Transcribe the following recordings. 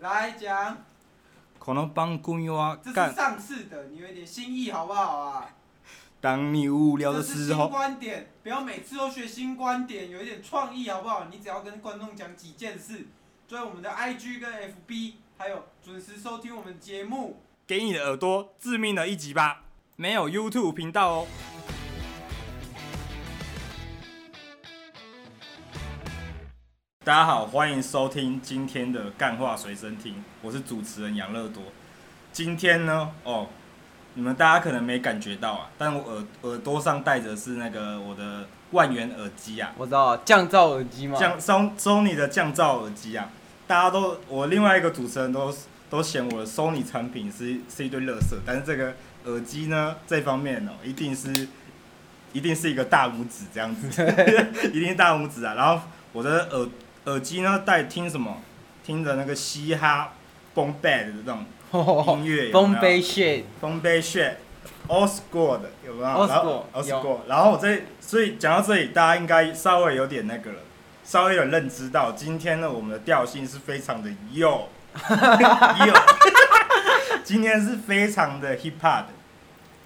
来讲，可能帮公友啊这是干。上次的，你有一点新意好不好啊？当你无聊的这是时新候，观点，不要每次都学新观点，有一点创意好不好？你只要跟观众讲几件事，追我们的 IG 跟 FB，还有准时收听我们节目。给你的耳朵致命的一击吧。没有 YouTube 频道哦。大家好，欢迎收听今天的干话随身听，我是主持人杨乐多。今天呢，哦，你们大家可能没感觉到啊，但我耳耳朵上戴着是那个我的万元耳机啊，我知道降噪耳机嘛， 降 Sony Sony 的降噪耳机啊，大家都我另外一个主持人都都嫌我的 Sony 产品是是一堆垃圾，但是这个耳机呢这方面哦，一定是一定是一个大拇指这样子， 一定是大拇指啊。然后我的耳耳机呢带听什么？听着那个嘻哈崩 bad 的那种音乐，有没有崩杯 shit，丰碑炫，old school 的有没有？ Old 然后 school， old 有 school，然后我这所以讲到这里，大家应该稍微有点那个了，稍微有点认知到，今天呢我们的调性是非常的 yo yo，今天是非常的 hip hop 的，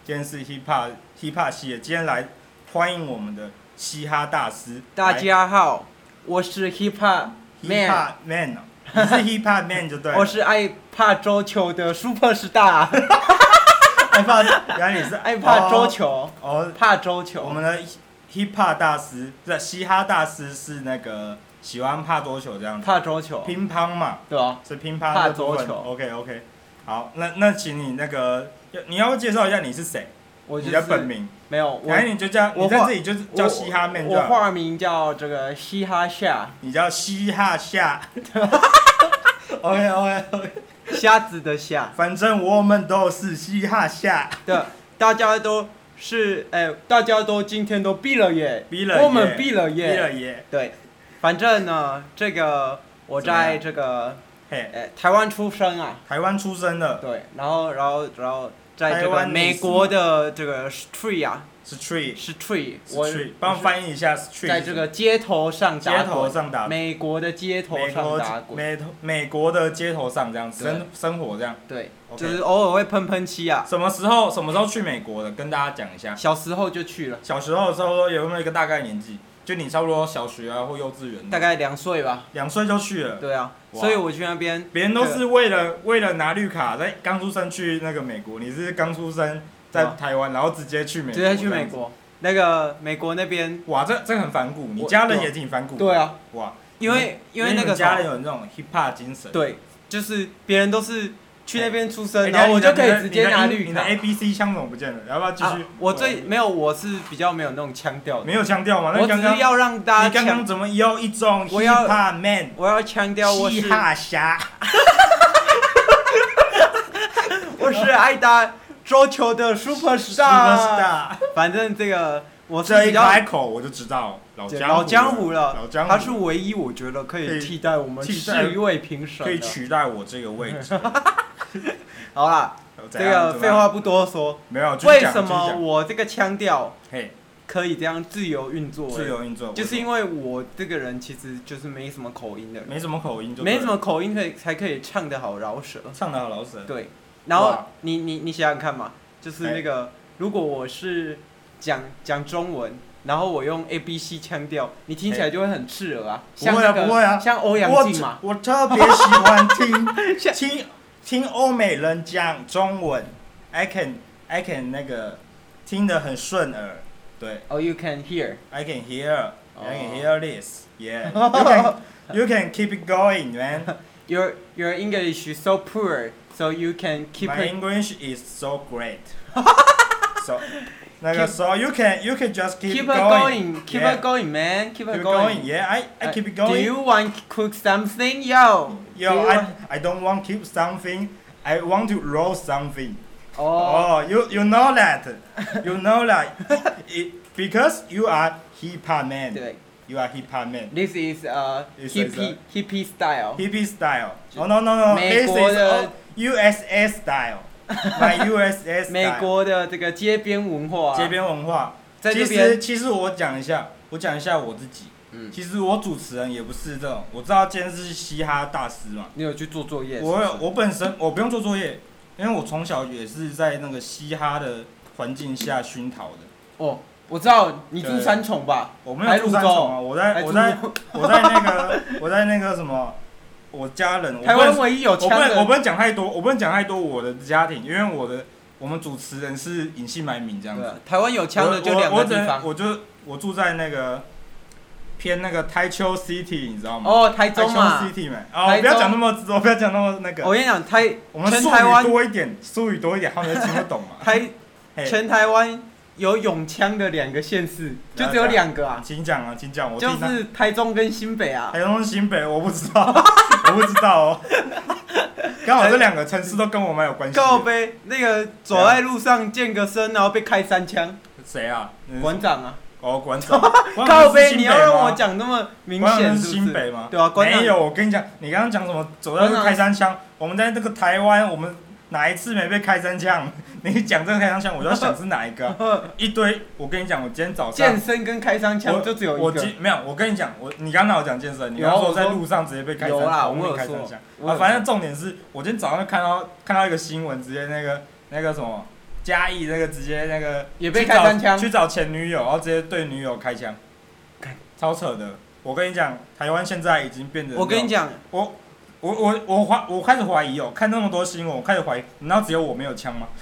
今天是 hip hop hip hop 系列，今天来欢迎我们的嘻哈大师，大家好，我是 hip hop hip man， hop man，哦你是 hip hop man 就对了，我是爱怕桌球的 super star，害怕，原来你是爱怕桌球，哦，哦怕桌我球，们的 hip hop 大师，不是嘻哈大师是那个喜欢怕桌球这样子，怕桌球，乒乓嘛，对吧？是乒乓怕这部分桌球 OK OK，好，那那请你那个，你要不介绍一下你是谁，我就你的本是名，没有反我正你就叫，我你在化这里就是我叫嘻哈妹就我好，化名叫这个嘻哈夏，你叫嘻哈 夏。OK OK OK，瞎子的瞎，反正我们都是嘻哈夏， 对，大家都是哎，大家都今天都闭了眼，毕了耶我们闭了毕眼了，耶，对，反正呢，这个我怎么在样这个。嘿，呃，台湾出生啊，台湾出生的对，然后然后然后在台这个湾美历史国的这个 street 啊，是 Tree，是 tree，是我 Tree，帮我我翻译一下 Tree，在这个街头上打街滚，头上打美国的街头美上国打滚，美美国的街头上这样对生生活这样，对 OK 就是偶尔会喷喷漆啊，什么时候什么时候去美国的？跟大家讲一下。小时候就去了，小时候差不多有没有一个大概年纪？就你差不多小学啊或幼稚园，大概两岁吧，两岁就去了。对啊，哇所以我去那边，别人都对是为了为了拿绿卡，在刚出生去那个美国，你是刚出生在哇台湾，然后直接去美国，直接去美。国，那个美国那边，哇，这这很反骨，你我家人也挺反骨。对啊，哇，因为因嗯为你那个们家啥人，有那种 hip hop 精神。对，就是别人都是去那边出哎，生，然后我就可以直接拿你的绿你的卡。 A B C 枪怎么不见了？要不要继啊续？我最没有，我是比较没有那种腔调的，没有腔调嘛？那我只刚刚是要让大你家刚刚强，怎么有一种我要 hip hop man 我要强调我嘻是哈侠？我是爱打桌球的 super star。 Superstar 反正这个我是这比一较开口我就知道老江老江湖了，了，老江湖他是唯一我觉得可可以以替代我们替代是一位评审可以的。取代我这个位置。好啦，这怎样个废，话不多怎说，么样没有为什么？我这个腔调继续讲继续讲嘿，可以这样自由运作？自，由运作就是因为为我这个人其实就是没什么口音的人，没什么口音就对了，没什么口音可以才可以唱得好饶舌。唱的好老舍。对，然后哇哎你你你想想看嘛，就是那个、如果我是讲讲中文，然后我用 A B C 腔调，你听起来就会很刺耳啊，哎不像会那啊个不会啊像欧我阳只靖嘛，我特别喜欢听 像听听欧美人讲中文，I can I can 那个听得很顺耳，对。哦 you can hear， I can hear, I can Oh. hear this. Yeah, you can, you can keep it going, man. your your English is so poor, so you can keep My it English is so great. so, 那个 so you can you can just keep, keep it going, going, keep yeah, it going, man, keep keep it it going. Yeah, I I Uh, keep it Do going. you want to cook something, yo? Yo, do you I want- I don't want keep something. I want to roll something. Oh, Oh, you you know that, you know that. It, because you are hip hop man. 对 You are hip hop man. ，this is uh This is hippie hippie style. hippie style. Oh no no no, 美 this is 国的 all USA style. My USA 美 style. 国的这个街边文化啊、街边文化。在其这实边其实我讲一下，我讲一下我自己。嗯，其实我主持人也不是这种，我知道今天是嘻哈大师嘛，你有去做作业是不是？我有我本身我不用做作业，因为我从小也是在那个嘻哈的环境下熏陶的。哦，我知道你住对三重吧？我没有住三重啊，我在还我住在我在那个我在那个什么，我家人，我不台湾能唯一有我不枪能我的不能讲太多，我不能讲太多我的家庭，因为我的我们主持人是隐姓埋名这样对子。啊，台湾有枪的就我两我我个只地能方。我就我住在那个偏那个台丘 City，你知道吗？哦，台台中丘嘛，哦 City 嘛，哦，台中不要讲那么直，我不要讲那么那个，我跟你讲，台我们全术台湾语多一点，术语多一点，他们就听得懂 嘛。台嘿全台湾有永枪的两个县市，就只有两个啊，请讲啊，请讲，我就听他。是台中跟新北啊。台中新北我不知道， 我不知道哦。 刚好这两个城市都跟我蛮有关系的。告呗，那个走在路上健个身，然后被开三枪，谁啊？嗯馆长啊，哦，馆长。馆长 告是呗，新你北要让我吗讲那么明馆显长是是新不是？北吗？对啊馆长没有，我跟你讲，你刚刚讲什么？走到馆长开三枪，我们在这个台湾，我们哪一次没被开三枪？ 你讲这个开三枪，我就要想是哪一个啊、 一堆，我跟你讲，我今天早上健。身跟开三枪就只有我一个今，没有，我跟你讲，我你刚刚有讲健身，你有啊刚刚说我在说路上直接被开三有啦枪，我有被开说三枪。我有啊，反正重点是我今天早上看到看到一个新闻，直接那个那个什么嘉义那个直接那个也被去找开三枪去找前女友，然后直接对女友开枪干，超扯的。我跟你讲，台湾现在已经变得，我跟你，讲，我我我我怀我开始怀疑哦，看那么多新闻，我开始怀疑，难道只有我没有枪吗？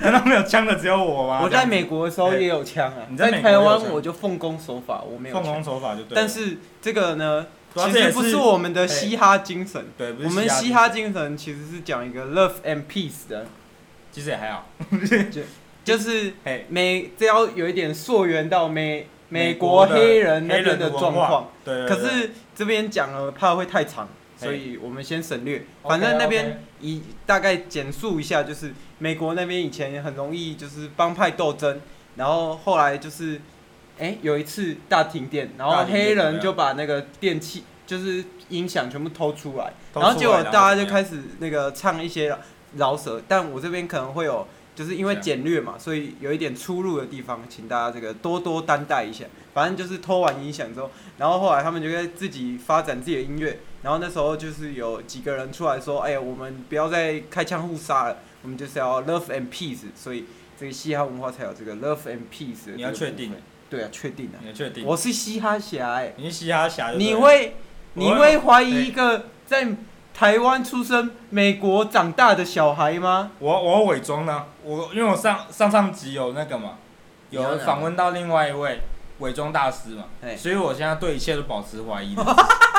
难道没有枪的只有我吗？我在美国的时候也有枪啊，哎你在在美国台有湾枪我就奉公守法，我没这有样奉枪。公守法就对了。但是这个呢，主要其这也实不是我们的嘿嘻哈精神，对，不是我们嘻嘻哈哈精神其实是讲一个 love and peace 的，其实也还好。就是嘿，美这要有一点溯源到美美美国国的黑人那黑边人的的文状况化。，对，对可对是这边讲了怕会太长，嘿所以我们先省略。 OK，反正那 OK 边以大概简述一下，就是美国那边以前也很容易就是帮派斗争，然后后来就是，哎、有一次大停电，然后大停电黑怎么人样就把那个电器就是音响全部偷出来，偷出来然后结果大家就然后怎么样开始那个唱一些饶舌，但我这边可能会有。就是因为这样简略嘛，所以有一点出入的地方，请大家这个多多担待一下。反正就是偷完音响之后，然后后来他们就在自己发展自己的音乐，然后那时候就是有几个人出来说，哎呀，我们不要再开枪互杀了，我们就是要 love and peace，所以这个嘻哈文化才有这个 love and peace 的这个部分。你要确定，对啊，确定啊，你确定？我是嘻哈侠哎、你是嘻哈侠就对了，你会我哦你会怀疑一个在台湾出生、美国长大的小孩吗？我我要伪装呢？我因为我上上上集有那个嘛，你要有哪访问到另外一位伪装大师嘛哎，所以我现在对一切都保持怀疑 的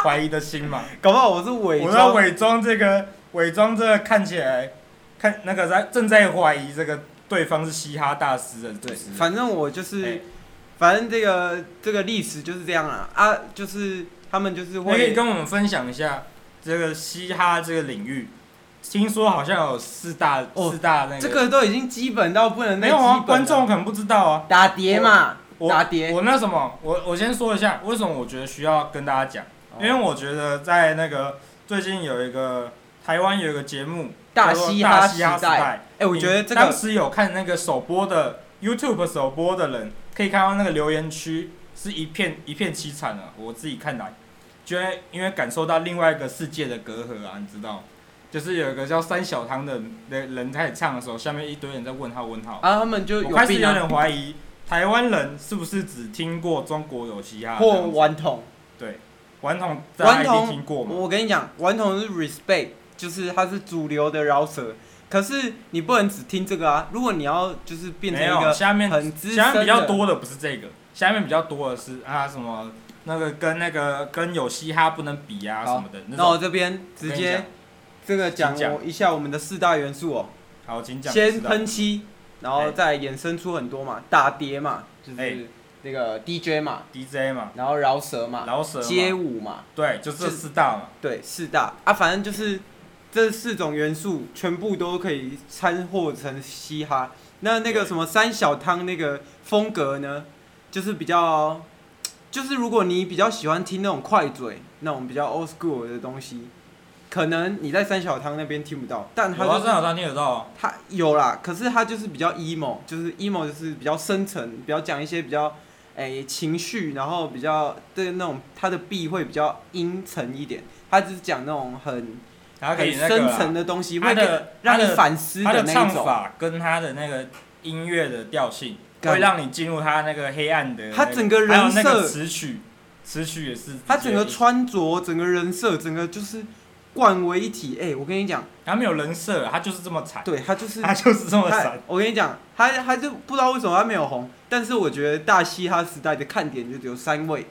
怀疑的心嘛。搞不好我是伪我要装，伪装这个伪装这个看起来看那个在正在怀疑这个对方是嘻哈大师的主对持，人，反正我就是。哎反正这个这个历史就是这样啊啊，就是他们就哎是你可以会，跟我们分享一下这个嘻哈这个领域，听说好像有四大哦四大那这个都已经基本到不能没再基有本啊，了。观众可能不知道啊。打碟嘛，我打碟我那什么，我我先说一下为什么我觉得需要跟大家讲，哦因为我觉得在那个最近有一个台湾有一个节目大叫做嘻大哈嘻哈时代。代，哎，我觉得你这当个时有看那个首播的 YouTube 首播的人，可以看到那个留言区是一片一片凄惨啊，我自己看来，觉得因为感受到另外一个世界的隔阂啊，你知道。就是有一个叫三小汤的人的人开始唱的时候，下面一堆人在问号问号，啊，他们就有我开始病有啊，点怀疑台湾人是不是只听过中国有嘻哈这样或子，顽童。对，顽童大家一顽定童听过嘛？我跟你讲，顽童是 respect，就是他是主流的饶舌。可是你不能只听这个啊！如果你要就是变成没一有，个下面很资深下面的，比较多的不是这个，下面比较多的是啊什么那个跟那个跟有嘻哈不能比啊好什么的那那我种。这边直我跟你接讲这个讲请讲我一下我们的四大元素哦、好，请讲。先知道喷漆，然后再衍生出很多嘛，打碟嘛，就哎是那个 DJ 嘛， DJ 嘛，然后饶舌嘛，饶舌嘛街舞嘛，对，就这四大嘛。对，四大啊，反正就是这四种元素全部都可以掺和成嘻哈。那那个对什么三小汤那个风格呢，就是比较，就是如果你比较喜欢听那种快嘴，那种比较 old school 的东西，可能你在三小汤那边听不到，但他我要就是正好当听得到啊，他有啦，可是他就是比较 emo，就是 emo 就是比较深层，比较讲一些比较哎、诶、情绪，然后比较对那种他的 B 会比较阴沉一点，他只是讲那种很然后可以那很个深啦层的东西，他会给的他让你的反思他的那唱一种。法跟他的那个音乐的调性，干会让你进入他那个黑暗的那个、他整个人设还有那个词曲，词曲也是直接他整个，穿着、整个人设、整个就是贯为一体。哎、我跟你讲，他没有人设，他就是这么惨，对他就 是他就是这么他惨。，我跟你讲，他他就不知道为什么他没有红，但是我觉得大嘻哈时代的看点就只有三位，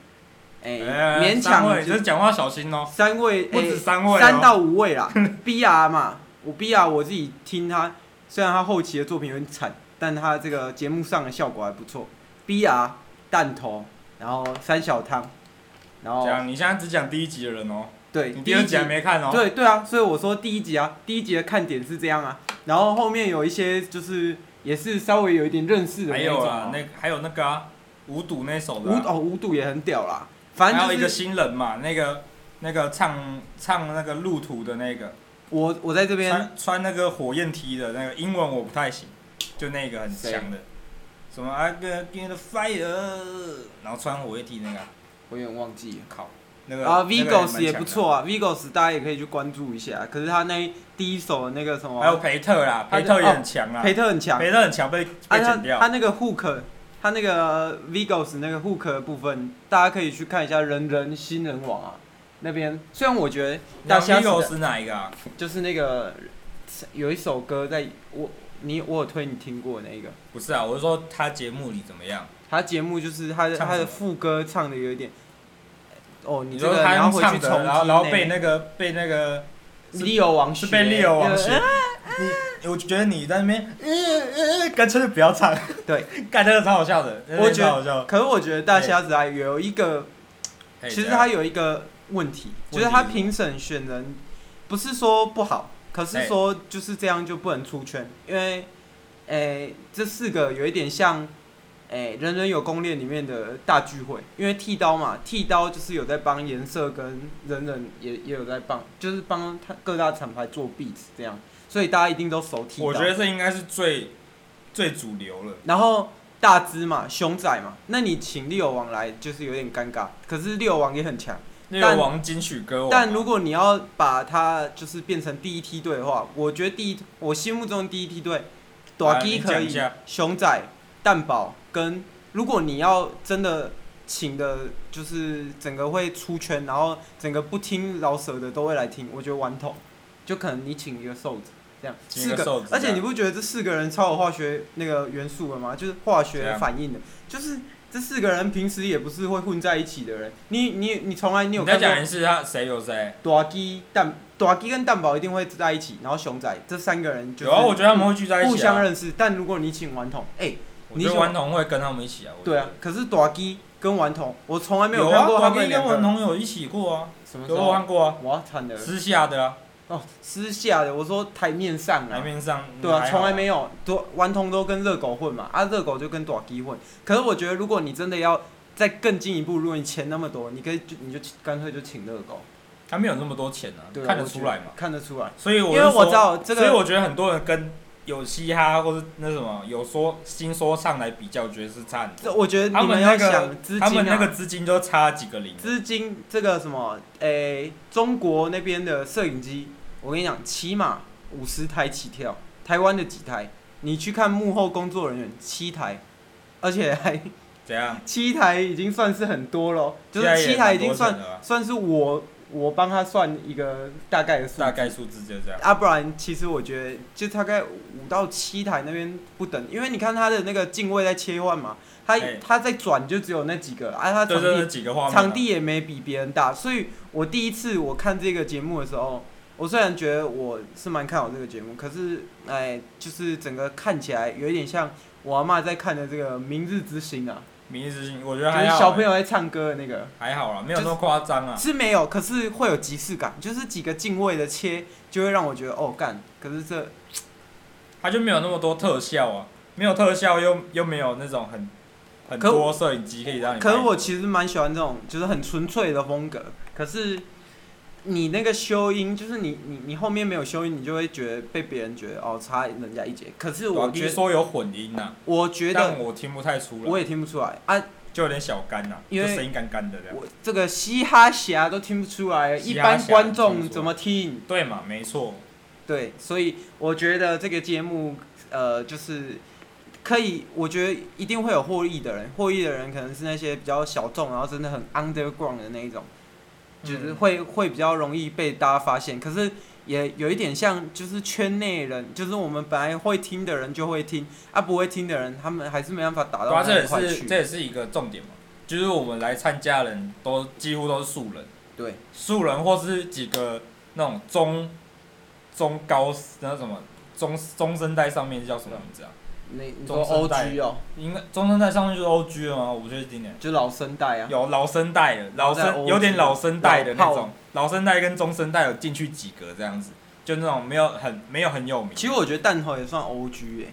哎、哎勉三强位，就是讲话小心哦，三位，不哎、止三位、哦，三到五位啦。BR 嘛，我 BR 我自己听他，虽然他后期的作品有点惨，但他这个节目上的效果还不错。BR 弹头，然后三小汤，然后讲，你现在只讲第一集的人哦，对你第第二一集集还没看哦。对对啊，所以我说第一集啊，第一集的看点是这样啊，然后后面有一些就是也是稍微有一点认识的还那种有啊啊，，那还有那个啊，无赌那首的无啊、哦无度也很屌啦，反还有正一就个是新人嘛，那个那个唱唱那个路途的那个，我我在这边穿穿那个火焰 T 的那个英文我不太行，就那个很强的，什么 I got in the fire，然后穿火焰 T 那个啊，我有点忘记了。靠，那个那啊个蛮，Vigos 强也不错啊，Vigos 大家也可以去关注一下。可是他那第一首的那个什的，还有么，培特啦，他培就特也很强啊，培特很强，啊培特很强被被他剪他掉，那个 hook，他那个 Vigos 那个 hook 的部分，大家可以去看一下人人新人网啊那边。虽然我觉得大那家 Vigos 是哪一个啊？就是那个有一首歌在我你我有推你听过那个，不是啊，我是说他节目里怎么样？他节目就是他的唱什么他的副歌唱的有一点，哦，你你这说个他你要用回唱去重的，听然后然后呢被那个被那个是 Leo 王是学被 Leo 王呃学，你我觉得你在那边，呃呃，干脆就不要唱，对，干真的超好笑的，真的我觉得超好笑。可是我觉得大虾子啊有一个，嘿其实怎样他有一个问题，哎啊问题就是他是评审选人不是说不好，可是哎说就是这样就不能出圈，因为，诶、这四个有一点像，诶、人人有攻略里面的大聚会，因为剃刀嘛，剃刀就是有在帮颜色跟人人也也有在帮，就是帮他各大厂牌做 beats 这样，所以大家一定都熟剃刀。我觉得这应该是最最主流了。然后大只嘛，熊仔嘛，那你请六王来就是有点尴尬。可是六王也很强，那个王金曲歌王嘛，但如果你要把他就是变成第一梯队的话，我觉得第一，我心目中的第一梯队，短你鸡讲可一以下，熊仔、蛋宝跟，如果你要真的请的，就是整个会出圈，然后整个不听老舍的都会来听，我觉得顽童，就可能你请一个瘦子。这样请一四个瘦子而且这样你不觉得这四个人超有化学那个元素了吗？就是化这学样反应的，就是这四个人平时也不是会混在一起的人。你你你从来你有你看再过讲一次，他谁有谁？大鸡蛋大鸡跟蛋宝一定会在一起，然后熊仔这三个人就有是啊，我觉得他们会聚在一起啊。互相认识。但如果你请顽童，哎、我觉得顽童会跟他们一起啊。我觉对得啊，，可是大鸡跟顽童，我从来没有看过啊，他我们跟两跟个嗯顽人。童有一起过啊，什么时有我候？看过啊，哇，惨了！私下的啊，哦，私下的，我说台面上台啊，面上对啊，还好从来没有，都顽童都跟热狗混嘛，啊，热狗就跟大鸡混。可是我觉得，如果你真的要再更进一步，如果你钱那么多，你可以就你就干脆就请热狗，他没有那么多钱啊对，啊看得我觉出来嘛。看得出来。所以我因为是说我知道这个所以我觉得很多人跟有嘻哈或者那什么有说新说唱来比较，我觉得是差很这多。我觉得他你们们那要个想资金啊，他们那个资金就差几个零，资金这个什么，诶、中国那边的摄影机，我跟你讲，起码五十台起跳，台湾的几台，你去看幕后工作人员七台，而且还怎样？七台已经算是很多咯，就现在是也七台已经蛮算多人了吧算是我我帮他算一个大概的数字，大概数字就这样。啊，不然其实我觉得就大概五到七台那边不等，因为你看他的那个进位在切换嘛，他哎他在转就只有那几个，啊，他对场对地对，几个画面啊。啊场地也没比别人大，所以我第一次我看这个节目的时候，我虽然觉得我是蛮看好这个节目，可是哎，就是整个看起来有一点像我阿妈在看的这个《明日之星》啊，明日之星，我觉得就还是好。小朋友在唱歌的那个，还好啦，没有那么夸张啊。是没有，可是会有即视感，就是几个敬畏的切就会让我觉得哦干，可是这他就没有那么多特效啊，没有特效又又没有那种很很可多摄影机可以让你拍。可是我其实蛮喜欢这种，就是很纯粹的风格。可是你那个修音，就是你你你后面没有修音，你就会觉得被别人觉得哦差人家一截。可是对啊我听觉得，说有混音呐，啊我觉得但我听不太出来。我也听不出来啊。就有点小干呐、因就为声音干干的这样。我这个嘻哈侠都听不出来，一嘻哈侠般观听众不出来怎么听？对嘛，没错，对，所以我觉得这个节目，呃，就是可以，我觉得一定会有获益的人，获益的人可能是那些比较小众，然后真的很 underground 的那一种，就是嗯会会比较容易被大家发现。可是也有一点像，就是圈内人，就是我们本来会听的人就会听，啊，不会听的人，他们还是没办法打对到啊，这那一也块是去。这也是一个重点嘛，就是我们来参加的人都几乎都是素人，对，素人或是几个那种中中高那什么中中生代上面叫什么名字啊？那你说中生代 OG 哦，应该中生代上面就是 O G 了吗？我不确定哎。就老生代啊，有老生代的，老哦在欧生有点老生代的那老炮种，老生代跟中生代有进去几个这样子，就那种没有很没有很有名。其实我觉得弹头也算 OG 哎、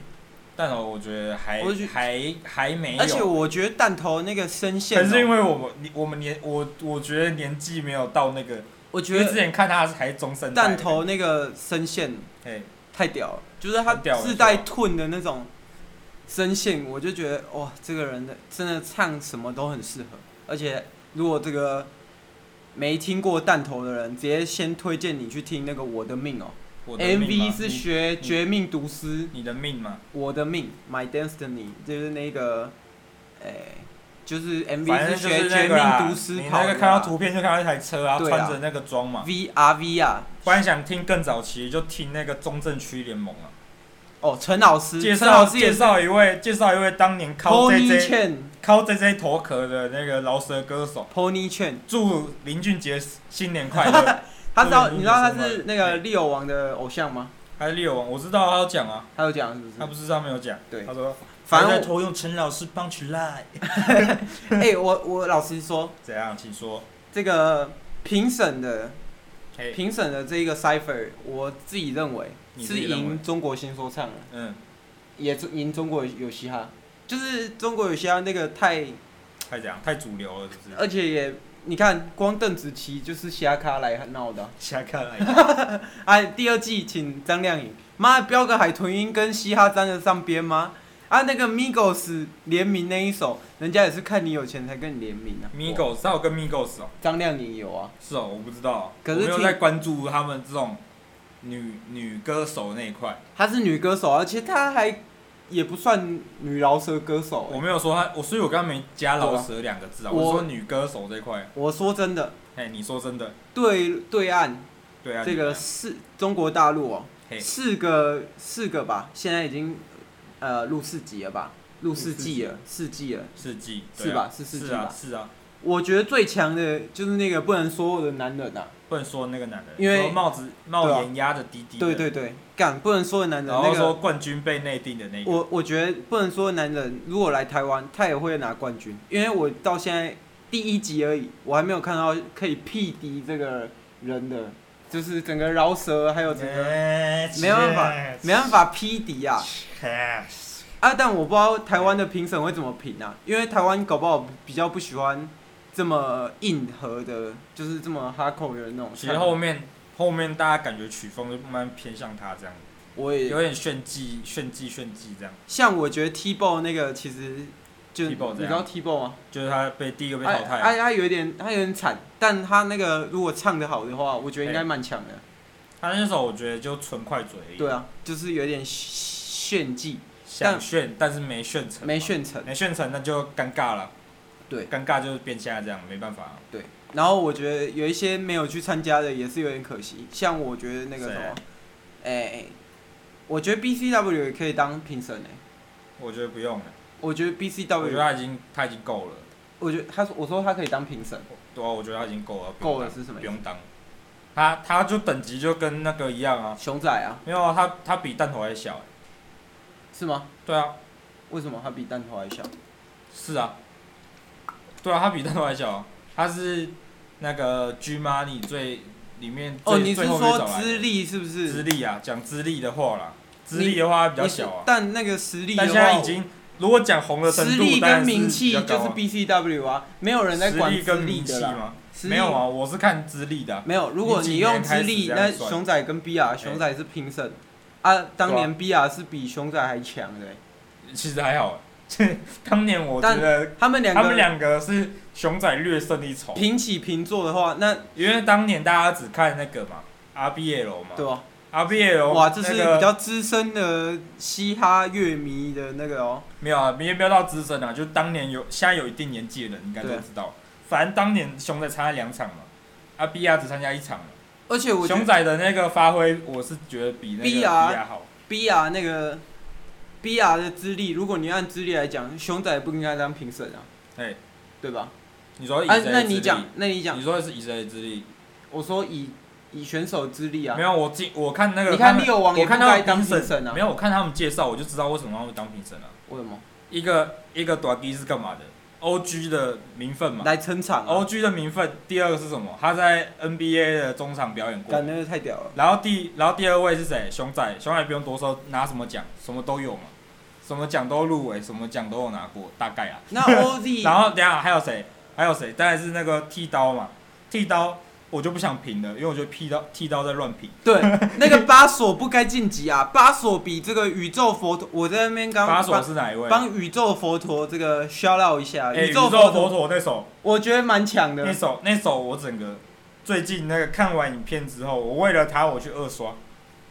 但我觉得还我觉还还没有，而且我觉得弹头那个声线、可哦，是因为我们你我们年我我觉得年纪没有到那个，我因觉为之得前看他还是中生代的弹头，那个声线嘿，太屌了，就是他很屌自带吞的那种声线，我就觉得哇，这个人的真的唱什么都很适合。而且如果这个没听过弹头的人，直接先推荐你去听那个《我的命》哦我的命啊嗯嘛，MV 是学《绝命毒师》《你你的命嘛，我的命》《My Destiny》，就是那个，哎、就是 MV 反正就是学《是绝那个啦命毒师你》跑那个的啊。看到图片就看到一台车啊，对啊穿着那个装嘛。 V R V 啊，不然想听更早期就听那个中正区联盟啊。哦，陈老师，介陈老绍师也介是绍一位介绍一位当年靠 Pony JJ Chen 靠 JJ 头壳的那个饶舌歌手， Pony Chen，祝林俊杰新年快乐。 他知道对你知道他我知是道那个利友王的偶像吗？还是六王，我知道他有讲啊，他有讲是他不不是？是上面有讲，对他说反还在正偷用陈老师帮起来，我哎，我我老实说，怎样？请说。这个评审的嘿，评审的这一个 Cipher，我自己认为你自是己认为赢中国新说唱了，嗯，也是赢中国有嘻哈，就是中国有嘻哈那个太，太讲太主流了，是不是？而且也你看光邓紫棋就是嘻哈咖来闹的啊。下课来， 哎，第二季请张靓颖。妈，标个海豚音跟嘻哈沾得上边吗？啊，那个 Migos 联名那一首，人家也是看你有钱才跟你联名啊。 Migos，他有跟 Migos 哦，张靓颖有啊，是哦，我不知道，可是我没有听在关注他们这种女女歌手那一块，她是女歌手啊，而且她还也不算女饶舌歌手欸、我没有说他，我所以我刚刚没加对啊饶舌两个字啊，我我说女歌手这一块，我说真的，嘿，你说真的，对对岸对啊，这个你四中国大陆哦，嘿，四个四个吧，现在已经呃录四集了吧，录四季了，四季了。四季是吧是四季啊，吧是啊，我觉得最强的就是那个不能说我的男人啊，不能说那个男的，因为说帽子帽对啊檐压的低低的，对对对，干不能说的男人，然后那说个冠军被内定的那个，我我觉得不能说的男人，如果来台湾，他也会拿冠军，因为我到现在第一集而已，我还没有看到可以匹敌这个人的，就是整个饶舌还有整个没办法没办法匹敌啊法，啊！但我不知道台湾的评审会怎么评啊，因为台湾搞不好比较不喜欢这么硬核的，就是这么哈口的那种其实唱后法。面后面大家感觉曲风就慢慢偏向他这样，我也有点炫技炫技炫技这样，像我觉得 T b o 那个其实就你 T-Bow 怎知样道 T b o 吗？就是他被第一个被哎淘汰哎，啊，他有一点，他有点惨，但他那个如果唱的好的话，我觉得应该蛮强的。他那首我觉得就纯快嘴而已，对啊，就是有点炫技，想炫但是没炫成嘛，没炫成。没炫成那就尴尬了，对尴尬就是变现在这样，没办法啊，对，然后我觉得有一些没有去参加的也是有点可惜，像我觉得那个什谁么啊，哎、我觉得 BCW 也可以当评审哎，我觉得不用了，我觉得我觉得 BCW，他已经他已经够了，我觉得他说我说他可以当评审，对啊，我觉得他已经够了，不用够了当是什不么意思？用当，他他就等级就跟那个一样啊，熊仔啊，没有啊，他他比弹头还小欸、是吗？对啊，为什么他比弹头还小？是啊，对啊，他比弹头还小啊、他是那个 G Money 最里面最哦，你是最后面说找来的资历是不是？资历啊？讲资历的话啦，资历的话他比较你是小啊，但那个实力的但话，现在已经如果讲红的程实度，力当跟然名气是就比较高是啊 BCW 啊，没有人在管实力资跟力名气的啦。吗？资历没有啊，我是看资历的啊、没有。如果你用资历，那熊仔跟哎 BR，熊啊仔是评审啊。当年 BR 是比熊仔还强的欸、其实还好欸、 当年我觉得他们两他们个两个是熊仔略胜一筹，平起平坐的话，那因为当年大家只看那个嘛，RBL 嘛对吧？ ，RBL 哇，这是那个比较资深的嘻哈乐迷的那个哦，没有啊，也没有到资深啊，就当年有现在有一定年纪的人应该都对知道，反正当年熊仔参加两场嘛，啊 B R 只参加一场嘛，而且我觉熊得仔的那个发挥我是觉得比那个 BR B R 好， B R 那个 B R 的资历，如果你按资历来讲，熊仔不应该当评审啊，哎，对吧？你说以啊谁，的那资你历讲，，那你讲你，说的是以谁的资历？我说以以选手资历啊没，有，我进我看那个你他看们，利友王也我不看他该们当评评审审啊没，有，我看他们介绍我就知道为什么他会当评审了。为什么？一个一个短 D 是干嘛的？O G 的名分嘛来撑场啊，O，G 的名分。第二个是什么？他在 N B A 的中场表演过感。那个太屌 了，然后第然后第二位是谁？熊仔，熊仔不用多说，拿什么奖，什么都有嘛，什么奖都入围，什么奖都有拿过，大概啊。那 O Z，然后等一下还有谁？还有谁？当然是那个剃刀嘛，剃刀我就不想评了，因为我觉得剃刀剃刀在乱评。 对，那个巴索不该晋级啊！巴索比这个宇宙佛陀，我在那边刚巴帮索是哪一位？帮宇宙佛陀这个 shout out 一下，哎、宇宙宙佛啊佛，陀那首我觉得蛮强那的。首那首我整个最近那个看完影片之后，我为了他我去二刷，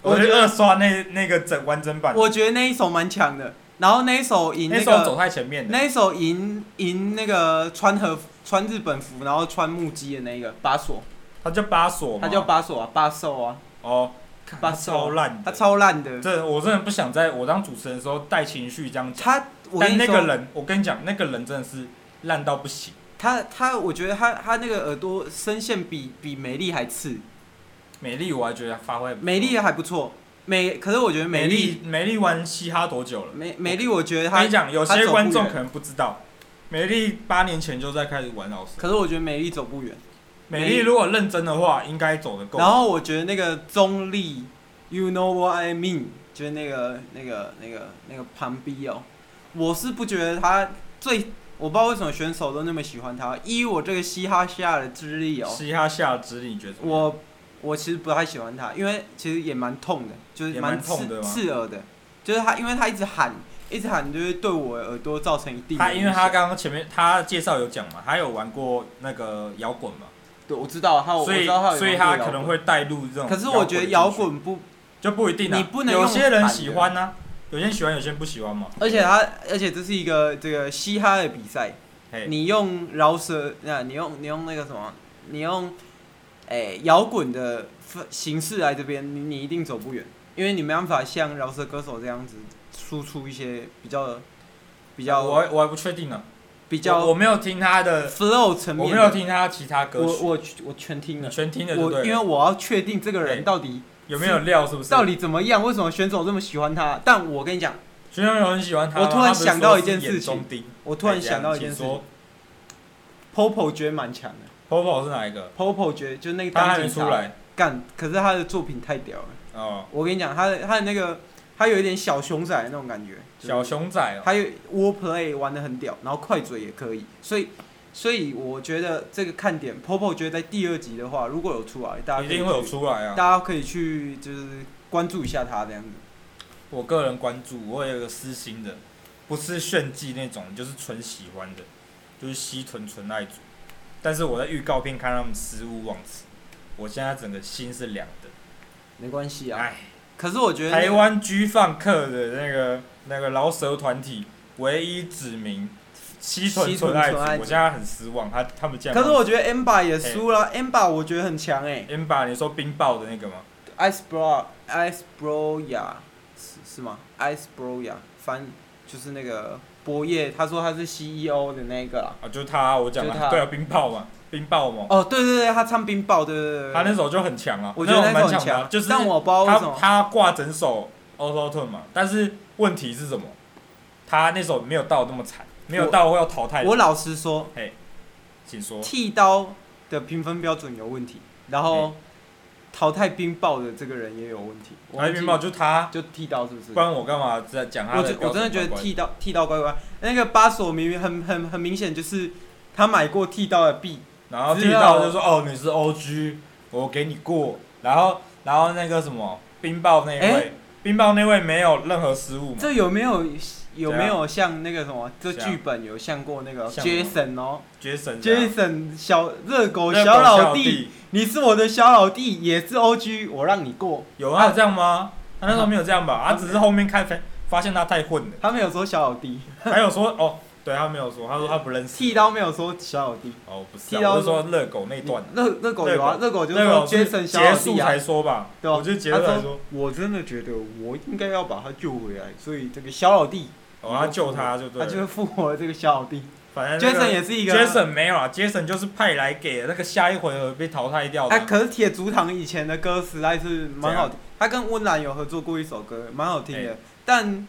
我我觉去得二刷那那个整完整版，我觉得那一首蛮强的，然后那一首赢那首走个，太前面了。那一首赢赢那个穿和穿日本服，然后穿木屐的那个巴索，他叫巴索嘛，他叫巴索啊，巴兽啊，哦，巴他兽超烂的，他超烂的，嗯这我真的不想在我当主持人的时候带情绪这样讲。他我跟但你那说，个人，我跟你讲，那个人真的是烂到不行。他他我觉得他他那个耳朵声线比比美丽还刺，美丽我还觉得发挥不错美丽还不错，美可是我觉得美美丽丽美丽玩嘻哈多久了？美美丽，我觉得我跟她你，讲，有他走些不观众远可能不知道，美丽八年前就在开始玩老师。可是我觉得美丽走不远。美美丽丽如果认真的话，应该走得够。然后我觉得那个中立，You know what I mean，就是那个那个那个那个旁边哦，我是不觉得他最，我不知道为什么选手都那么喜欢他。依我这个嘻哈下的资历哦，嘻哈下的指令，你觉得怎么样？我我其实不太喜欢他，因为其实也蛮痛的，就是也蛮刺痛的吗刺耳的，就是他，因为他一直喊，一直喊，就是对我耳朵造成一定的他影响。因为他刚刚前面他介绍有讲嘛，他有玩过那个摇滚嘛，对我知道哦他，我所知以道他有所以玩他过摇可能滚会带入这种。可是我觉得摇滚不就不一定、啊，你不能用有些人喜欢呢、有些人喜欢，有些人不喜欢嘛。而且他，而且这是一个这个嘻哈的比赛，嘿你用饶舌，那你用你用那个什么，你用，诶摇滚的分形式来这边，你你一定走不远，因为你没办法像饶舌歌手这样子输出一些比较比较我我还不确定呢，比我我较没有听他的， flow 层我面没的。有听他其他歌我曲，我我全听你了，全听的就我对因为了。我要确定这个人哎到底有没有料是不是？到底怎么样，为什么选手这么喜欢他？但我跟你讲，学生有很喜欢他吗。我突然他不是想到说一件是眼事情中钉，我突然想到一件事哎呀情，Popo 觉得蛮强的。请说 Popo 是哪一个？ Popo 觉得就那个他当还警没出察来干，可是他的作品太屌了。哦，我跟你讲，他的他的那个他有一点小熊仔的那种感觉，小熊仔哦，还有 War Play 玩的很屌，然后快嘴也可以，所以所以我觉得这个看点，Popo 觉得在第二集的话，如果有出来，大家一可以定会有去，出来啊。大家可以去就是关注一下他这样子。我个人关注，我有一个私心的，不是炫技那种，就是纯喜欢的，就是西屯纯爱组。但是我在预告片看他们失误忘词，我现在整个心是凉的。没关系啊，哎，可是我觉得那个台湾 G 放克的那个那个饶舌团体唯一指名西屯纯爱西屯组，纯爱组我现在很失望，他他们竟然可是我觉得 Amber 哎也输了，Amber 我觉得很强哎、 M 把你说冰雹的那个吗？ Ice Bro Ice Broya 是是吗？Ice Broya 翻就是那个博业，他说他是 CEO 的那个啦。啊，就是他，我讲就是他了，对啊，冰雹嘛，冰雹嘛，哦，对对对，他唱冰雹，对对对。他那首就很强啊，我觉得那那首首蛮很强的啊，强，就是但我不知道为什他么。他挂整首 Auto Tune 嘛，但是问题是什么？他那首没有到那么惨，没有到要淘汰。我老实说，请说，剃刀的评分标准有问题，然哎后淘汰冰雹的这个人也有问题。我白忘冰记雹就他，就剃刀是不是？不然我干嘛在讲他我真的？我真的觉得，剃刀剃刀乖乖，那个巴索明明很很很明显就是他买过剃刀的币，然后只剃要刀就说哦你是 OG，我给你过，然后然后那个什么冰雹那一位，哎冰雹那位没有任何失误嘛，这有没有有怎没样有像那个什么，这怎样剧本有像过那个像我 Jason 哦，Jason 这样，Jason 小热狗热狗小老小弟弟，你是我的小老弟，也是 OG，我让你过。有啊，有这样吗？他那时候没有这样啊吧？啊他只是后面看发发现他太混了，他没有说小老弟，还有说哦，对他没有说，他说他不认识。剃刀没有说小老弟。哦，不是、剃刀啊，我是说热狗那一段。热热狗有啊，热狗就是那个说我是 Jason 小结老束弟啊才，说吧，对吧我就结束才说，我真的觉得我应该要把他救回来，所以这个小老弟哦，他救他就对他了，就是复活了这个小老弟。反正那个 Jason 也是一个 Jason 没有啊，Jason 就是派来给那个下一回合被淘汰掉的哎、啊。可是铁竹堂以前的歌实在是蛮好听，他跟温岚有合作过一首歌，蛮好听哎的，但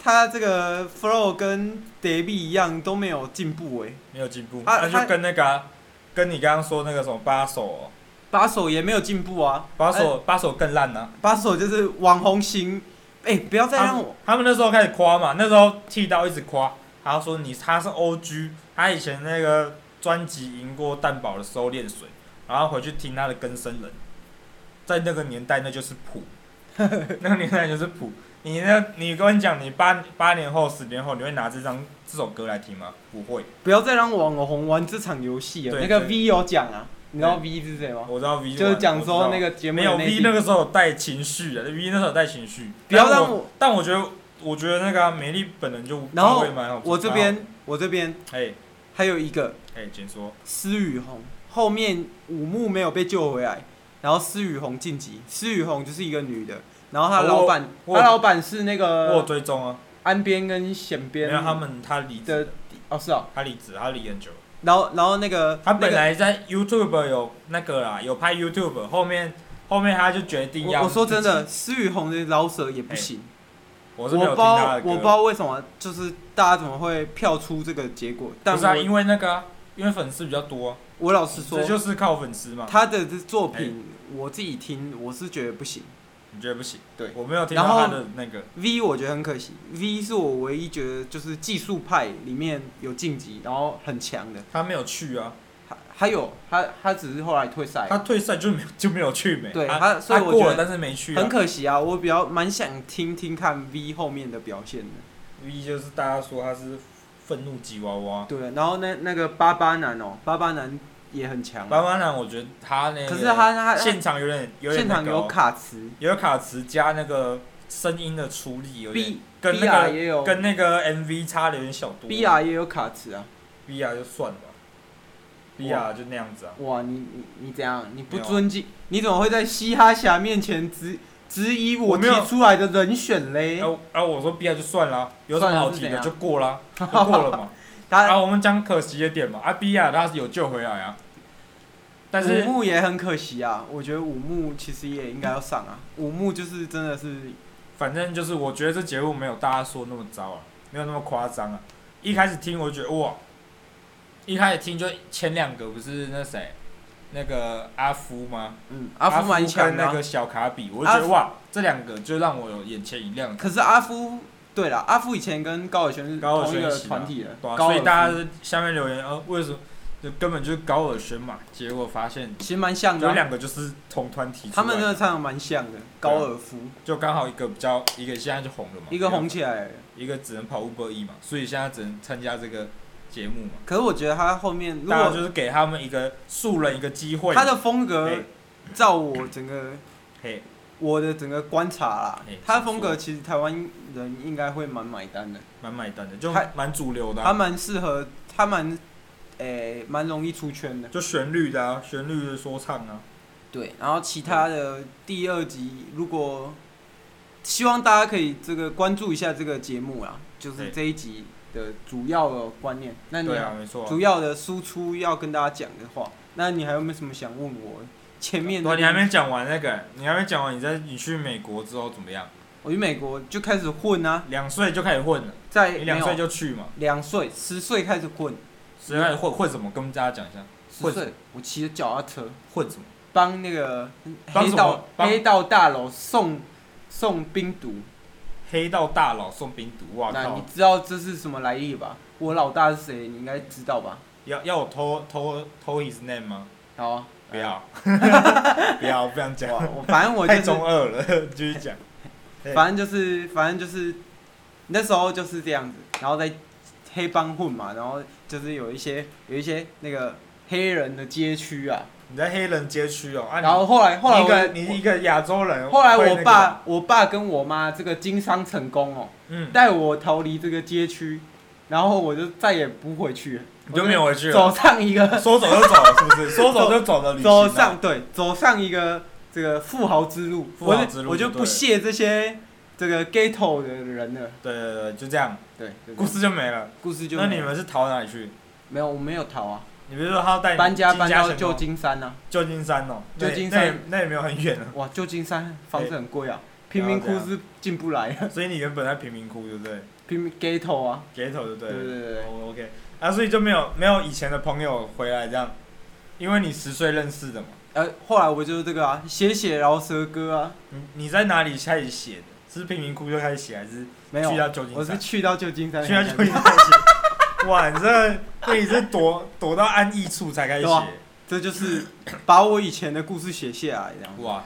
他这个 flow 跟 Davy 一样都没有进步哎、没有进步，啊那他就跟那个啊跟你刚刚说那个什么八手哦，把手也没有进步啊，八手八手更烂呢。把手就是网红型，哎、不要再他让们我他们那时候开始夸嘛，那时候剃刀一直夸，他说你他是 OG，他以前那个专辑赢过蛋堡的《收敛水》，然后回去听他的《更生人》，在那个年代那就是 谱，那个年代就是谱。你那，你跟我讲，你八八年后、十年后，你会拿这张这首歌来听吗？不会。不要再让网红玩这场游戏了。对那个对 V 有讲啊，你知道 V 是谁吗？我知道 V，就是讲我知道说那个节目没有的内 V 地那个时候有带情绪的，V 啊那时候有带情绪。不要但让我，我，但我觉得，我觉得那个啊美丽本人就然后发挥蛮好我这，边我这边蛮好哎还有一个哎，请说。施雨虹，后面五木没有被救回来，然后施雨虹晋级，施雨虹就是一个女的，然后她哦老板，我她老板是那我有个追踪啊，安边跟显没呃边有他们他离职的了，哦是哦，他离职，他离很久了。然后然后那个他本那个来在 YouTube 有那个啦，有拍 YouTube，后面后面他就决定要。我我说真的，，施雨虹的老舍也不行，我我是不没有知听他道的歌，我不知道为什么，就是大家怎么会票出这个结果，但不是啊，我因为那个啊，因为粉丝比较多啊，我老实说这，就是靠粉丝嘛。他的这作品我自己听我是觉得不行。你觉得不行？对我没有听然后到他的那个， V 我觉得很可惜，V 是我唯一觉得就是技术派里面有晋级，然后很强的。他没有去啊。还还有他他只是后来退赛，他退赛就没有就没有去没，哎对他他所以我过觉了，得但是没去、很啊。可惜啊。我比较蛮想听听看 V 后面的表现的。 V 就是大家说他是愤怒吉娃娃，对，然后那那个巴巴男哦，巴巴男也很强啊、巴巴男我觉得他那个可是他他他现场有点有点现那场个哦有卡词有卡词加那个声音的处理有点，B 跟 B 那 R 个也有跟那个 MV 差的有点小多。 ，B R 也有卡词啊。 B R 就算了吧，B 哇 R 就那样子啊。哇，你你你怎样？你不没有啊尊敬，你怎么会在嘻哈侠面前质质疑我我提没有呃出来的人选嘞？然后然啊后我说 B R 就算了啊，有什么好提算了的是就过啦，就过了 嘛。他啊，我们讲可惜的点嘛，啊 B R 他是有救回来啊，但五是木也很可惜啊，我觉得五木其实也应该要上啊。五木就是真的是，反正就是我觉得这节目没有大家说那么糟啊，没有那么夸张啊。一开始听我就觉得哇，一开始听就前两个不是那谁，那个阿夫吗？嗯，阿夫蛮强跟的啊、那个小卡比，我就觉阿得夫哇，这两个就让我有眼前一亮。可是阿夫，对了，阿夫以前跟高尔宣是高尔同宣一个喜团嘛体的，对啊，高所尔以大夫家下面留言，呃，为什么就根本就是高尔宣嘛？结果发现其实蛮像的有啊、两个哎就是同团体出来的，他们真的唱的蛮像的。高尔夫、就刚好一个比较，一个现在就红了嘛，一个红，起来了，一个只能跑 Uber E 嘛，所以现在只能参加这个节目嘛。可是我觉得他后面如大家果就是给他们一个素人一个机会。他的风格嘿，照我整个嘿，我的整个观察啦嘿，他的请风说格其实台湾人应该会蛮买单的。蛮买单的，就他蛮主流的他啊、蛮适合，他蛮，诶、蛮容易出圈的。就旋律的啊，旋律的说唱啊，对，然后其他的第二集，如果希望大家可以这个关注一下这个节目啦，就是对这一集的主要的观念。那你对啊，没错、啊。主要的输出要跟大家讲的话，那你还有没有什么想问我？前面对啊的你还，没讲完那个，你还没讲完，你在你去美国之后怎么样？我去美国就开始混啊，两岁就开始混了，在你没两岁有就去嘛，两岁十岁开始混，所以开始混混什么？跟大家讲一下，啊十混什岁我骑着脚踏车。混什么？帮那个帮黑什么道帮黑道大佬送送冰毒。黑道大佬送冰毒，哇那你靠！知道这是什么来历吧？我老大是谁，你应该知道吧？要要我偷偷偷 his name 吗？好啊，不要， 不要，不想讲， 我我反正我就太是中二了，继续讲。对反正就是反正就是那时候就是这样子，然后在黑帮混嘛，然后就是有一些有一些那个黑人的街区啊，你在黑人街区哦，啊，你然后后来后来你一个我你一个亚洲人，后来会那我个爸我爸跟我妈这个经商成功哦，嗯，带我逃离这个街区，然后我就再也不回去了，你就没有回去了，走上一个说走就走了，是不 是？说走就走的旅行啊，走上对走上一个这个富豪之路，富豪之路我就我就就对不屑这些这个 ghetto 的人了。对对对，就这样，对，对故对事就没了。故嗯事就那没你了们是逃哪里去？没有我没有逃啊，你不是说他要带你搬家进搬到成旧功金山啊，旧金山哦，旧那也金那也山那也没有很远啊，哇，旧金山房子很贵啊，贫民对窟啊是进不来啊， 所以你原本在贫民窟，对不对贫民 ghetto 啊， ？ghetto 对不对对了？对对对，哦 OK，啊，所以就没有没有以前的朋友回来这样，因为你十岁认识的嘛。呃，后来我就是这个啊，写写饶舌歌啊，你你在哪里开始写的？是贫民窟就开始写，还是没有去，到旧金我是山？去到旧金 山，去到旧金山写。哇，你这那你是躲躲到安逸处才开始对啊写。这就是把我以前的故事写下来，这样。哇，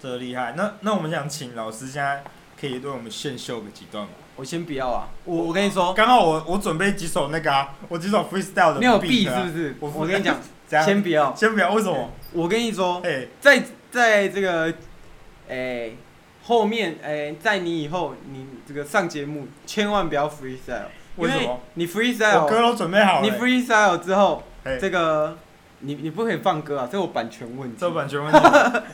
这厉害！那那我们想请老师现在可以为我们献秀个几段吗？我先不要啊，我我跟你说，刚好我我准备几首那个啊，我几首 freestyle 的、啊。你有 B 是不是？我我 跟你讲，怎样？先不要，先不要，为什么？我跟你说，哎、在在这个，哎、后面哎、在你以后你这个上节目千万不要 freestyle，为什么因你我歌 freestyle，都准备好了、你 freestyle 之后，哎这个你你不可以放歌啊，这有版权问题。这版权问题，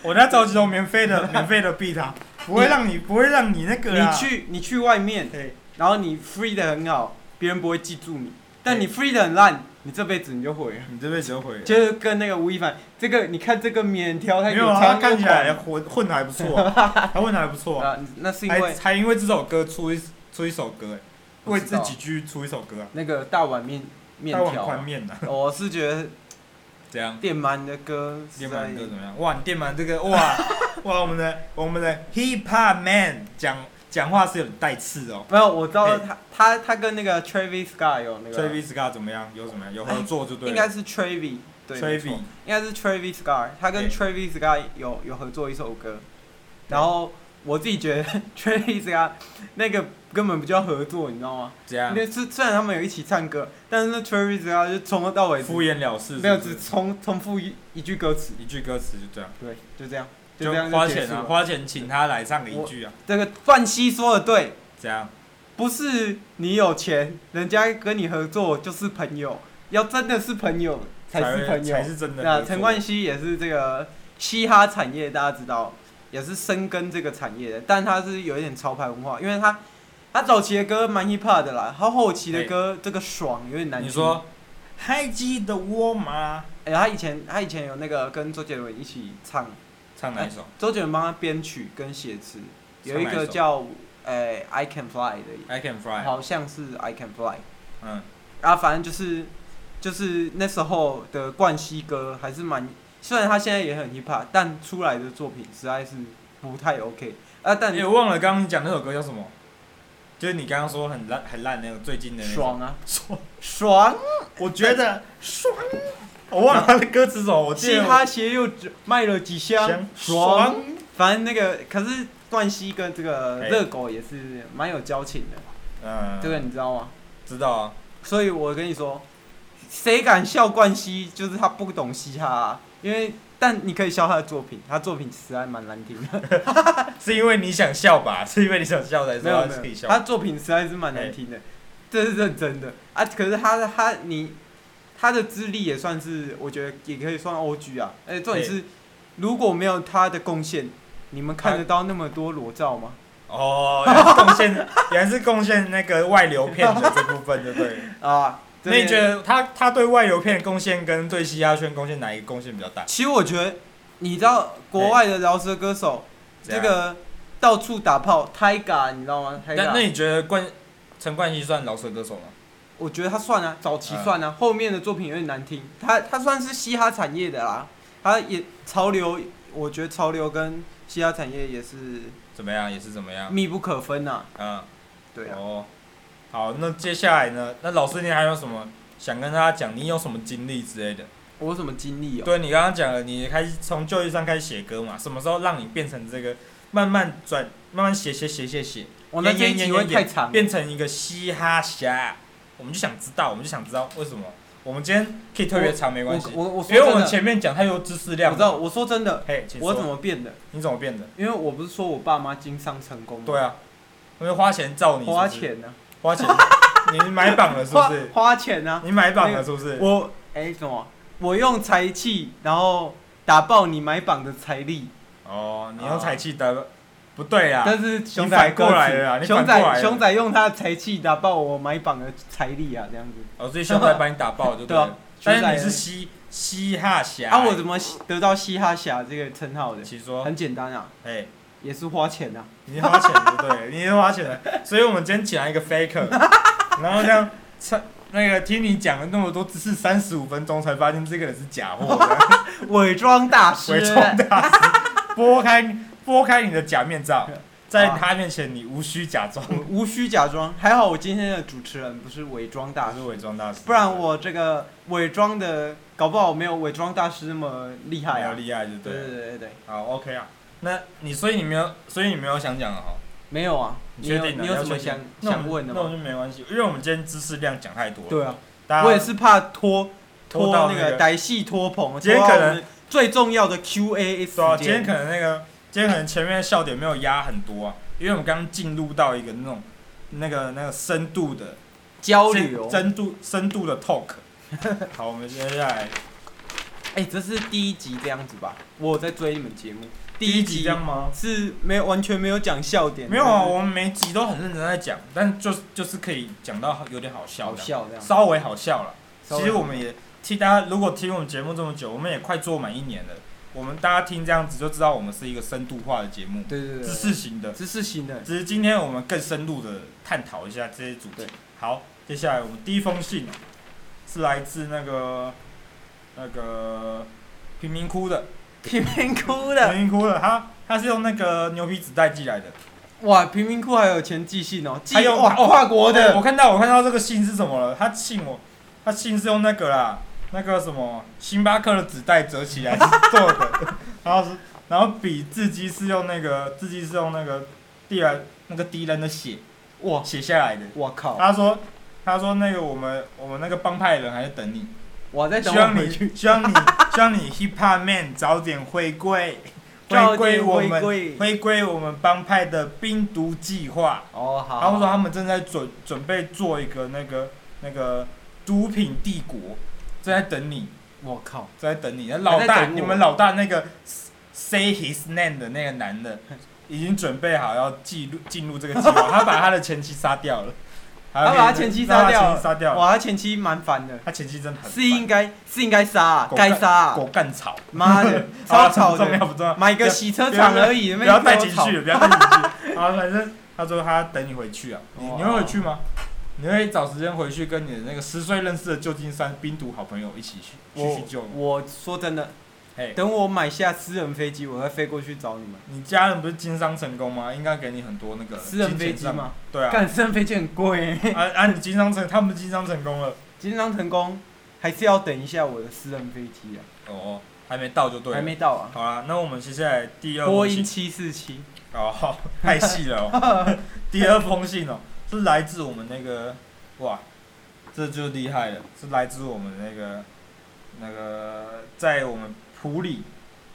我在找几种免费的免费的 beat 啊，不会让你不会让你那个你啦。去你去外面，哎，然后你 free 的很好，别人不会记住你，但你哎 free 的很烂，你这辈子你就毁了。你这辈子就毁了。就是跟那个吴亦凡，这个你看这个免挑，他没有啊，他看起来混混的还不错啊、他混的还不错、啊，啊，那是因还为还因为这首歌出一出一首歌、哎，我为知自道己去出一首歌、啊，那个大碗面面大碗条宽啊，面呐、啊，我是觉得这样。电鳗的歌实在， 电鳗歌怎么样？哇，你电鳗这个哇哇，我们的我们的 hip hop man 讲讲话是有带刺的哦。没有，我知道哎他他他跟那个 Travis Scott 有那个 Travis Scott 怎么样？有怎么样？有合作就对了。啊哎应该是 Travis 对 Travis 没错应该是 Travis Scott，他哎跟 Travis Scott 有有合作一首歌，然后我自己觉得 Travis Scott 那个根本不叫合作，你知道吗？这样那是虽然他们有一起唱歌，但是那 Travis Scott 就从头到尾只敷衍了事是不是，没有，只重重复一一句歌词，一句歌词就这样，对，就这样，就这样花就结钱束啊，了。花钱请他来唱个一句啊，这个段希说的对，这样不是你有钱，人家跟你合作就是朋友，要真的是朋友才会是朋友才。是真的合那作。陈冠希也是这个嘻哈产业，大家知道，也是深耕这个产业的，但他是有一点潮牌文化，因为他他早期的歌蛮 hip hop 的啦，他后期的歌这个爽有点难听。你说还记得我吗？哎、他以前他以前有那个跟周杰伦一起唱，唱哪一首周杰伦帮他编曲跟写词，有一唱哪一个首叫呃 I Can Fly 的， ？I Can Fly。好像是 I Can Fly。嗯，啊，反正就是就是那时候的冠希哥还是蛮，虽然他现在也很 hip hop，但出来的作品实在是不太 OK 啊，但哎，我忘了刚刚你讲那首歌叫什么，就是你刚刚说很烂很烂那个最近的那首。爽啊爽，爽，我觉得爽，我忘了他的歌词是什么，我记嘻得哈鞋又只卖了几箱香，爽。爽。反正那个可是冠希跟这个哎热狗也是蛮有交情的，嗯，这个你知道吗？知道啊，所以我跟你说，谁敢笑冠希，就是他不懂嘻哈、啊，因为但你可以笑他的作品，他作品实在蛮难听的。是因为你想笑吧？ 是因为你想笑才没说他有可没以有，笑。他作品实在是蛮难听的，这是认真的啊。可是他的他你他的资历也算是，我觉得也可以算 O G 啊。而且重点是，如果没有他的贡献，你们啊看得到那么多裸照吗？哦，原来是贡 献，原来是贡献那个外流片的这部分，对不对？啊，那你这觉得他他对外流片的贡献跟对嘻哈圈贡献哪一个贡献比较大？其实我觉得，你知道国外的饶舌歌手怎样，这个到处打炮，Tiger 你知道吗那那？Tiger，你觉得冠陈冠希算饶舌歌手吗？我觉得他算啊，早期算嗯啊，后面的作品有点难听。他他算是嘻哈产业的啦，他也潮流，我觉得潮流跟嘻哈产业也是怎么样，也是怎么样？密不可分呐、嗯，对啊，哦，好，那接下来呢？那老师，你还有什么想跟大家讲？你有什么经历之类的？我有什么经历哦、对你刚刚讲了，你开始从旧衣上开始写歌嘛？什么时候让你变成这个慢慢转，慢慢写写写写写，我那这演演一集演会演太演长了，变成一个嘻哈侠，我们就想知道，我们就想知道为什么。我们今天可以特别长没我关系，我我因说为我真们的，前面讲太多知识我量知了。道，我说真的，嘿，请我说怎么变的？你怎么变的？因为我不是说我爸妈经商成功吗？对啊，因为花钱造你花是不是钱呢、花钱， 你买榜了是不花是？花钱呢、你买榜了是不是？我哎、什么？我用财气，然后打爆你买榜的财力，哦，你用财气的，不对啊啦，但是啊熊反仔过歌来词了啊你熊反过来了仔熊仔用他的财气打爆我买榜的财力啊，这样子。哦，所以熊仔把你打爆就 对了啊。但是熊仔你是欸嘻嘻哈侠啊，我怎么得到嘻哈侠这个称号的？其实说，很简单啊，哎，也是花钱啊。你是花钱不 对，你是花钱的，所以我们今天请来一个 faker，然后这样才那个听你讲了那么多只是三十五分钟，才发现这个人是假 货，这样伪装大师，伪装大师，剥开剥开你的假面 罩，在啊他面前你无需假装，我无需假装。还好我今天的主持人不是伪装大他师，是伪装大师，嗯不然我这个伪装的，搞不好没有伪装大师那么厉害还要啊。厉害就对对对了。对对对，好，OK 啊，那你所以你没有，所以你没有想讲的哈。没有啊。你你确有定啊你要有什么确定想那我们想问的那我吗？就没关系，因为我们今天知识量讲太多了。对啊，大家我也是怕拖拖拖到那那个个歹戏拖棚，今天拖到可我能们最重要的 Q&A 时对啊，间。今天可能那个，今天可能前面的笑点没有压很多啊，因为我们刚刚进入到一个那种那个那个深度的交流，深度深度的 talk。好， 我们接下来哎，这是第一集这样子吧？我有在追你们节目，一一集集这样吗？是没有完全没有讲笑点的，没有啊，就是我们每集都很认真在讲，但就是就是可以讲到有点好笑好的，笑这样。稍微好笑了。稍微其实我们也替大家，如果听我们节目这么久，我们也快做满一年了。我们大家听这样子就知道，我们是一个深度化的节目，对对对，知识型的。知识型的，只是今天我们更深入的探讨一下这些主题对。好，接下来我们第一封信是来自那个那个贫民窟的，贫民窟贫的，民窟的，他他是用那个牛皮纸袋寄来的。哇，贫民窟还有钱寄信哦，寄还有哇哦跨国对，的我看到我看到这个信是什么了，他信我，他信是用那个啦，那个什么星巴克的纸袋折起来做的， 然后是然后笔字迹是用那个字迹是用那个敌人那个敌人的血哇，哦写下来的。我靠，他说他说那个我们我们那个帮派人还在等你，我在等希望我回你 去，希望你希望你 hip hop man 早点回归，回早归点我回们归回归我们帮派的冰毒计划。哦好，然后说他们正在准准备做一个那个那个毒品帝国，正在等你，我靠，正在等你。那老还大，在等我你们老大那个 say his name 的那个男的，已经准备好要进入进入这个计划，他把他的前妻杀掉了，他他把他前妻杀掉了前妻杀掉了，哇，他前妻蛮烦的，他前妻真的很是应烦该是应该杀啊狗，该干杀啊，狗干草，，妈的 好啦不超吵重要的，不重要， 买个不洗车场而已，要不那要边带给我情吵绪，了，不要带情绪。好，反正他说他等你回去啊，你哦你会回去吗？你会找时间回去跟你的那个十岁认识的旧金山冰毒好朋友一起去去去救我吗？我说真的，嘿，等我买下私人飞机，我会飞过去找你们。你家人不是经商成功吗？应该给你很多那个私人飞金钱机上？嘛，对啊，干私人飞机很贵、欸。啊啊！你经商成，他们经商成功了， 金商成功还是要等一下我的私人飞机啊，哦，还没到就对了。还没到啊。好啦，那我们接下来第二波封音信七四七，哦，好太细了哦。 第二封信哦，是来自我们那个，哇，这就厉害了，是来自我们那个那个在我们普里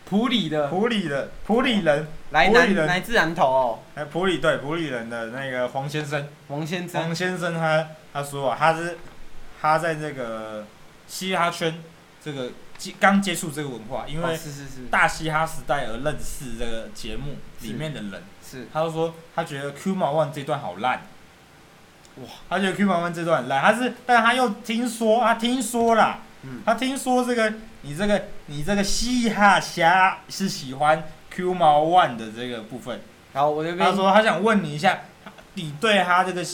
普里的普里的普里人，来普里南人来自南投哦，哎，普里对普里人的那个黄先生，王先黄生，先生他他说啊，他是他在这个嘻哈圈这个接刚接触这个文化，因哦为是是是大嘻哈时代而认识这个节目里面的人。是，他就说他觉得 Q 毛 One 这段好烂，哇，他觉得 Q 毛 One 这段很烂，他是，但他又听说，他听说啦，嗯他听说这个你这个你这个嘻哈侠是喜欢 Q 毛 One 的这个部分，好，我这他边说他想问你一下，你对他这个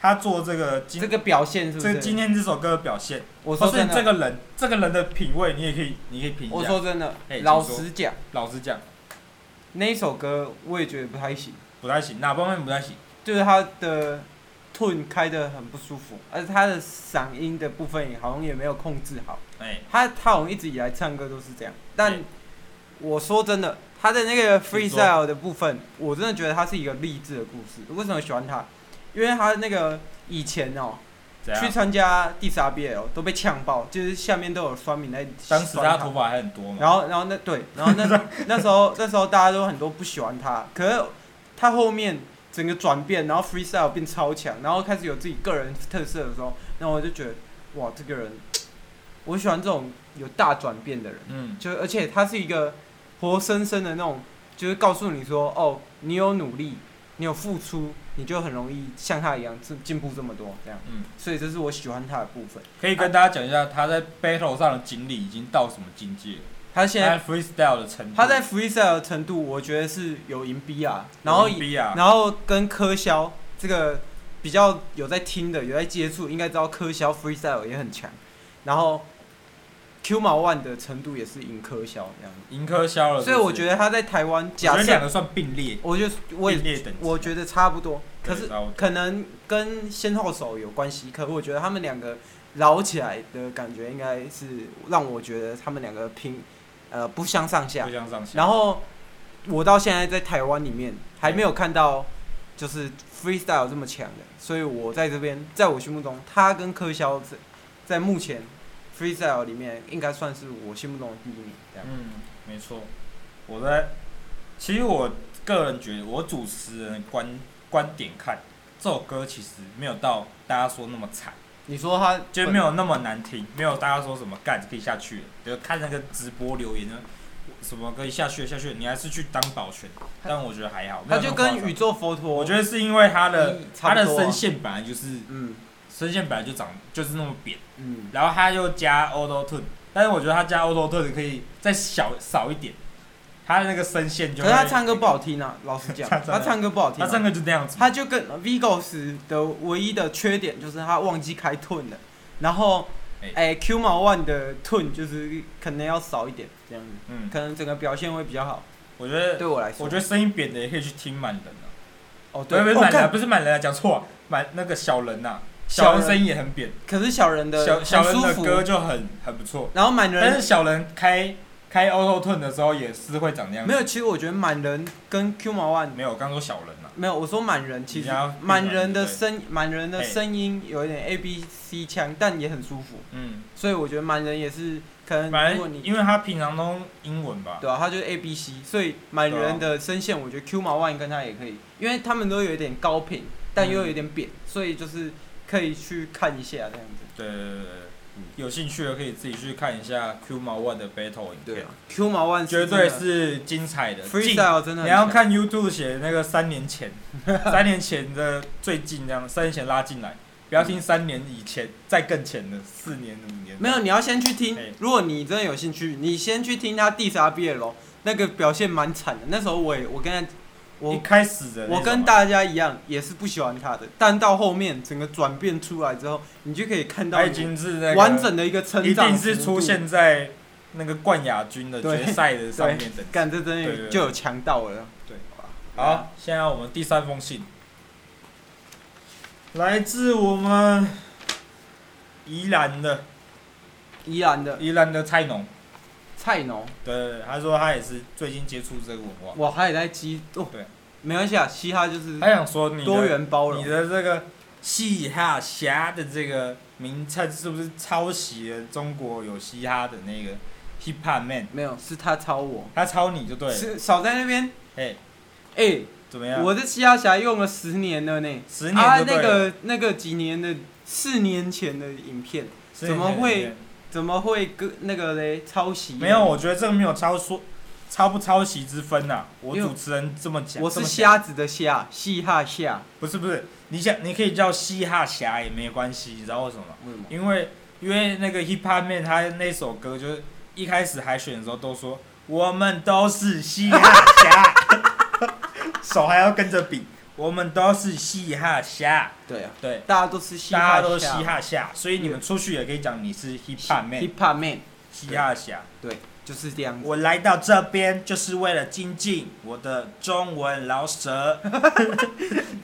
他做这个今这个哦表现是这不今是？天这首歌的表现，我或说是真你这的，个人这个人的品味，你也可以你可以评我价，哎说真的嘿，老请说实讲，老实讲那一首歌我也觉得不太行，不太行，哪方面不太行？就是他的 tone 开的很不舒服，而且他的嗓音的部分也好像也没有控制好。哎，他他好像一直以来唱歌都是这样，但对我说真的，他的那个 freestyle 的部分，我真的觉得他是一个励志的故事。为什么喜欢他？因为他那个以前哦，怎去样？参加 DSBL 都被呛爆，就是下面都有酸民在当时他酸头发还很多嘛，然后，然后那对，然后那那时候那时候大家都很多不喜欢他，可是他后面整个转变，然后 freestyle 变超强，然后开始有自己个人特色的时候，那我就觉得哇，这个人，我喜欢这种有大转变的人，嗯，就而且他是一个活生生的那种，就是告诉你说哦，你有努力，你有付出，你就很容易像他一样进进步这么多这样，嗯，所以这是我喜欢他的部分。可以跟大家讲一下他在 battle 上的经历已经到什么境界了，他现在他 freestyle 的程度，他在 freestyle 的程度，我觉得是有赢 B 啊，然后以比啊，然后跟柯肖这个比较有在听的、有在接触，应该知道柯肖 freestyle 也很强，然后 Q 毛 one 的程度也是赢柯肖这样子，盈科消了，所以我觉得，得他在台湾我假觉得两设，个算并列，我就我并也列等级，啊我觉得差不多，可对是差不多可能跟先后手有关系，可是我觉得他们两个捞起来的感觉，应该是让我觉得他们两个拼呃不相上下不。相上下，然后我到现在在台湾里面还没有看到就是 freestyle 这么强的，所以我在这边，在我心目中，他跟柯肖在在目前 freestyle 里面应该算是我心目中的第一名。这样，嗯，没错。我在，其实我个人觉得，我主持人的观观点看，这首歌其实没有到大家说那么惨，你说他就没有那么难听，没有大家说什么干可以下去了，就看那个直播留言呢，什么可以下去了下去了，你还是去当保全，但我觉得还好。没他有那就么跟夸张宇宙佛陀，我觉得是因为他的嗯差他不多啊的声线本来就是嗯声线本来就长就是那么扁，嗯，然后他又加 Auto Tune，但是我觉得他加 Auto Tune 可以再小少一点，他的那个声线就可会是他唱歌不好听啊，老实讲， 他唱他唱歌不好听啊、他唱歌就那样子，他就跟 Vigos 的唯一的缺点就是他忘记开 tune 了，然后哎哎、Q 毛 one 的 tune 就是可能要少一点这样子，嗯，可能整个表现会比较好。我觉得对我来说，我觉得声音扁的也可以去听满人啊，哦不是对，不是哦满人啊，干不是满人啊，讲错啊，满那个小人呐，小小人人声音也很扁，可是小人的小小很人舒的服，歌就很很不错，然后满但是人小人开开 Auto Tune 的时候也是会长那样子，没有，其实我觉得满人跟 Q 毛 one 没有，我刚说小人呐，没有，我说满人其你实要满人的对声满人的哎声音有一点 A B C 腔，但也很舒服，嗯，所以我觉得满人也是可能反如果你正因为他平常都英文吧，对啊，他就是 A B C，所以满对啊人的声线，我觉得 Q 毛 one 跟他也可以，因为他们都有一点高频，但又有一点扁，所以就是可以去看一下这样子。对对对对对，有兴趣的可以自己去看一下 Q 毛 One 的 battle 影片， ，Q 毛 one 啊绝对是精彩的。近 freestyle 真的你很要强，看 YouTube 写那个三年前，三年前的最近这样，三年前拉进来，不要听三年以前，再更前的四年五年。没有，你要先去听哎。如果你真的有兴趣，你先去听他 diss R B L，那个表现蛮惨的。那时候我也我跟他一我开始的那种啊我跟大家一样，也是不喜欢他的，但到后面整个转变出来之后，你就可以看到他已经是那个完，整的一个成一长定幅是出度现在那个冠亚军的对决赛的上面的。干这真对的对有对就有强到了。对哇，好，现在我们第三封信，来自我们宜兰的宜兰的宜兰的菜农，菜农，对对对，他说他也是最近接触这个文化，哇，他也在激哦，对，没关系啊，嘻哈就是他想说你的多元包容你，的这个嘻哈侠的这个名称是不是抄袭了中国有嘻哈的那个 hip hop man？没有是他抄我，他抄你就对了，是少在那边，哎，哎，怎么样？我的嘻哈侠用了十年了呢，十年啊，就对了那个那个几年的四年前的影片，十年怎么前的会影片怎么会跟那个嘞抄袭？没有？，我觉得这个没有抄说抄不抄袭之分呐、啊我因为主持人这么讲，我这是么想，瞎子的瞎，嘻哈侠，不是不是，你想你可以叫嘻哈侠也没关系，你知道为什么吗？为什么？因为因为那个 hip hop man 他那首歌就是一开始海选的时候都说我们都是嘻哈侠，手还要跟着比，我们都是嘻哈侠，对啊，对，大家都是嘻哈侠，大家都是嘻哈侠，所以你们出去也可以讲你是 hip hop man， ，hiphop man，嘻哈侠。对，就是这样子。我来到这边就是为了精进我的中文饶 舌，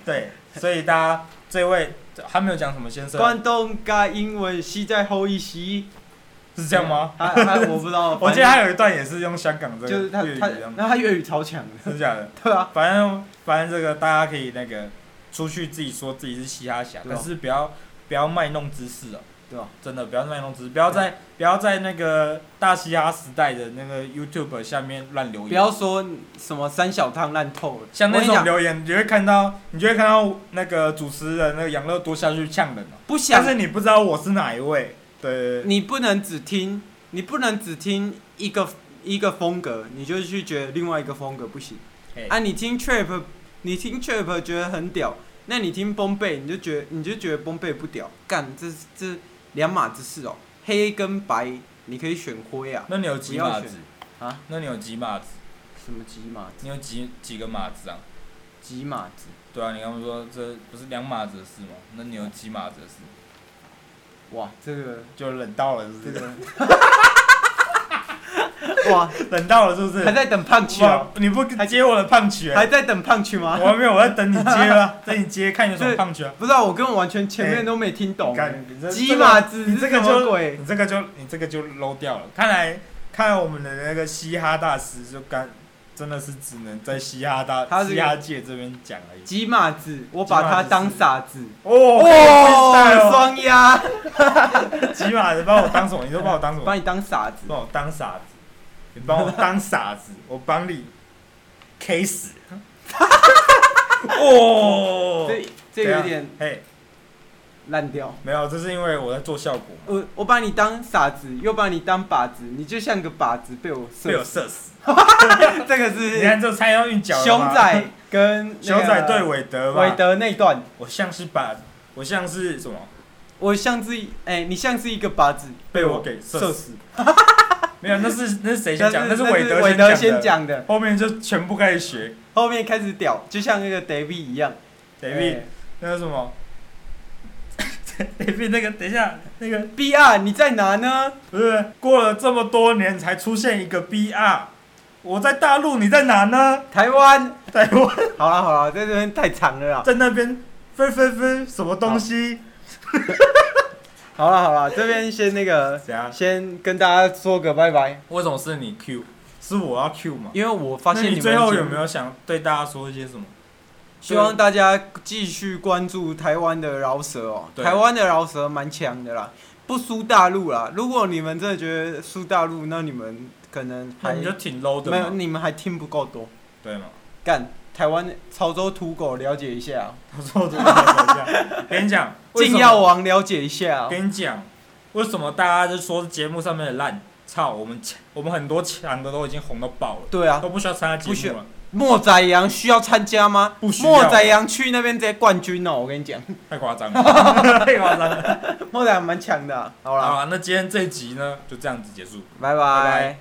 对，所以大家这位还没有讲什么先生，啊关东加英文系在后一席，是这样吗？，他他我不知道 我记得还有一段也是用香港这就是他个粤语他这样，，那他粤语超强的，是假的。对啊，反正反正这个大家可以那个出去自己说自己是嘻哈侠，对啊但是不要不要卖弄知识哦、对啊真的不要卖弄知识，不要在不要在那个大嘻哈时代的那个 YouTube 下面乱留言。不要说什么三小汤烂透了，像我那跟你种讲，留言，你就会看到，你就会看到那个主持人那个养乐多下去呛人哦、不但想是你不知道我是哪一位，对对对你不能只听，你不能只听一个一个风格，你就去觉得另外一个风格不行嘿。啊，你听 trap，你听 trap 觉得很屌，那你听崩贝你就觉得你就觉得崩贝不屌，干这这两码子事哦，黑跟白你可以选灰啊，那你有几不要码选子啊？那你有几码子？什么几码子你有几几个码子啊？几码子，对啊，你刚刚说这不是两码子的事吗？那你有几码子的事？哇这个就冷到了，是不这是？个。哇， 冷到了，是不是？ 还在等胖曲哦，哇你不接我的胖曲、还在等胖曲吗？我还没有，我在等你接啊，等你接，看有什么胖曲啊。不知道，我根本完全前面都没听懂。干你这鸡码子你这个是什么就鬼你这个就你这个就 low 掉了。看来看来我们的那个嘻哈大师就干真的是只能在嘻哈他大是嘻哈界这边讲而已。鸡码子，我把它当傻子。哦，哦，双鸭，鸡马子把我当什么？你都把我当什么把？你当傻子。帮我当傻子，你帮我当傻子，我帮你 K 死。哦，这这有点等一下嘿，烂掉。没有，这是因为我在做效果嘛，我我把你当傻子，又把你当靶子，你就像个靶子被我被我射射死。死。 这个你是看这猜到韵脚了吗熊仔跟那个熊仔对韦德吧？韦，德那段，我像是把，我像是什么？我像是哎，你像是一个靶子被我给射射死。没有，那是那是谁但先讲？那是是韦韦德德先讲的，讲的，后面就全部开始学。后面开始屌，就像那个 David 一样。哎 David，那个什 么？David 那个，等一下，那个 B R 你在哪呢？不是过了这么多年才出现一个 BR，我在大陆，你在哪呢？台湾。在我好了好了，在这边太长了啦。在那边分分分什么东西？好了好了，这边先那个，怎样？先跟大家说个拜拜，为什么是你 Q？是我要 Q 吗？因为我发现那你你们最后有节没目有想对大家说一些什么？希望大家继续关注台湾的饶舌哦，对台湾的饶舌蛮强的啦，不输大陆啦。如果你们真的觉得输大陆，那你们可能那还你就没挺 low 的有，嘛，你们还听不够多。对吗？干，台湾潮州土狗了解一下，我说我怎么讲？跟你讲， 为什禁么药王了解一下，跟你讲，为什么大家就说节目上面的烂？操，我们强我们很多强的都已经红到爆了，对啊，都不需要参加不节需目了，莫宰羊需要参加吗？不需要啊莫宰羊去那边直接冠军哦，我跟你讲， 太夸张了， 太夸张了。莫宰羊蛮强的啊、好好啦，啦，那今天这一集呢，就这样子结束。拜拜拜拜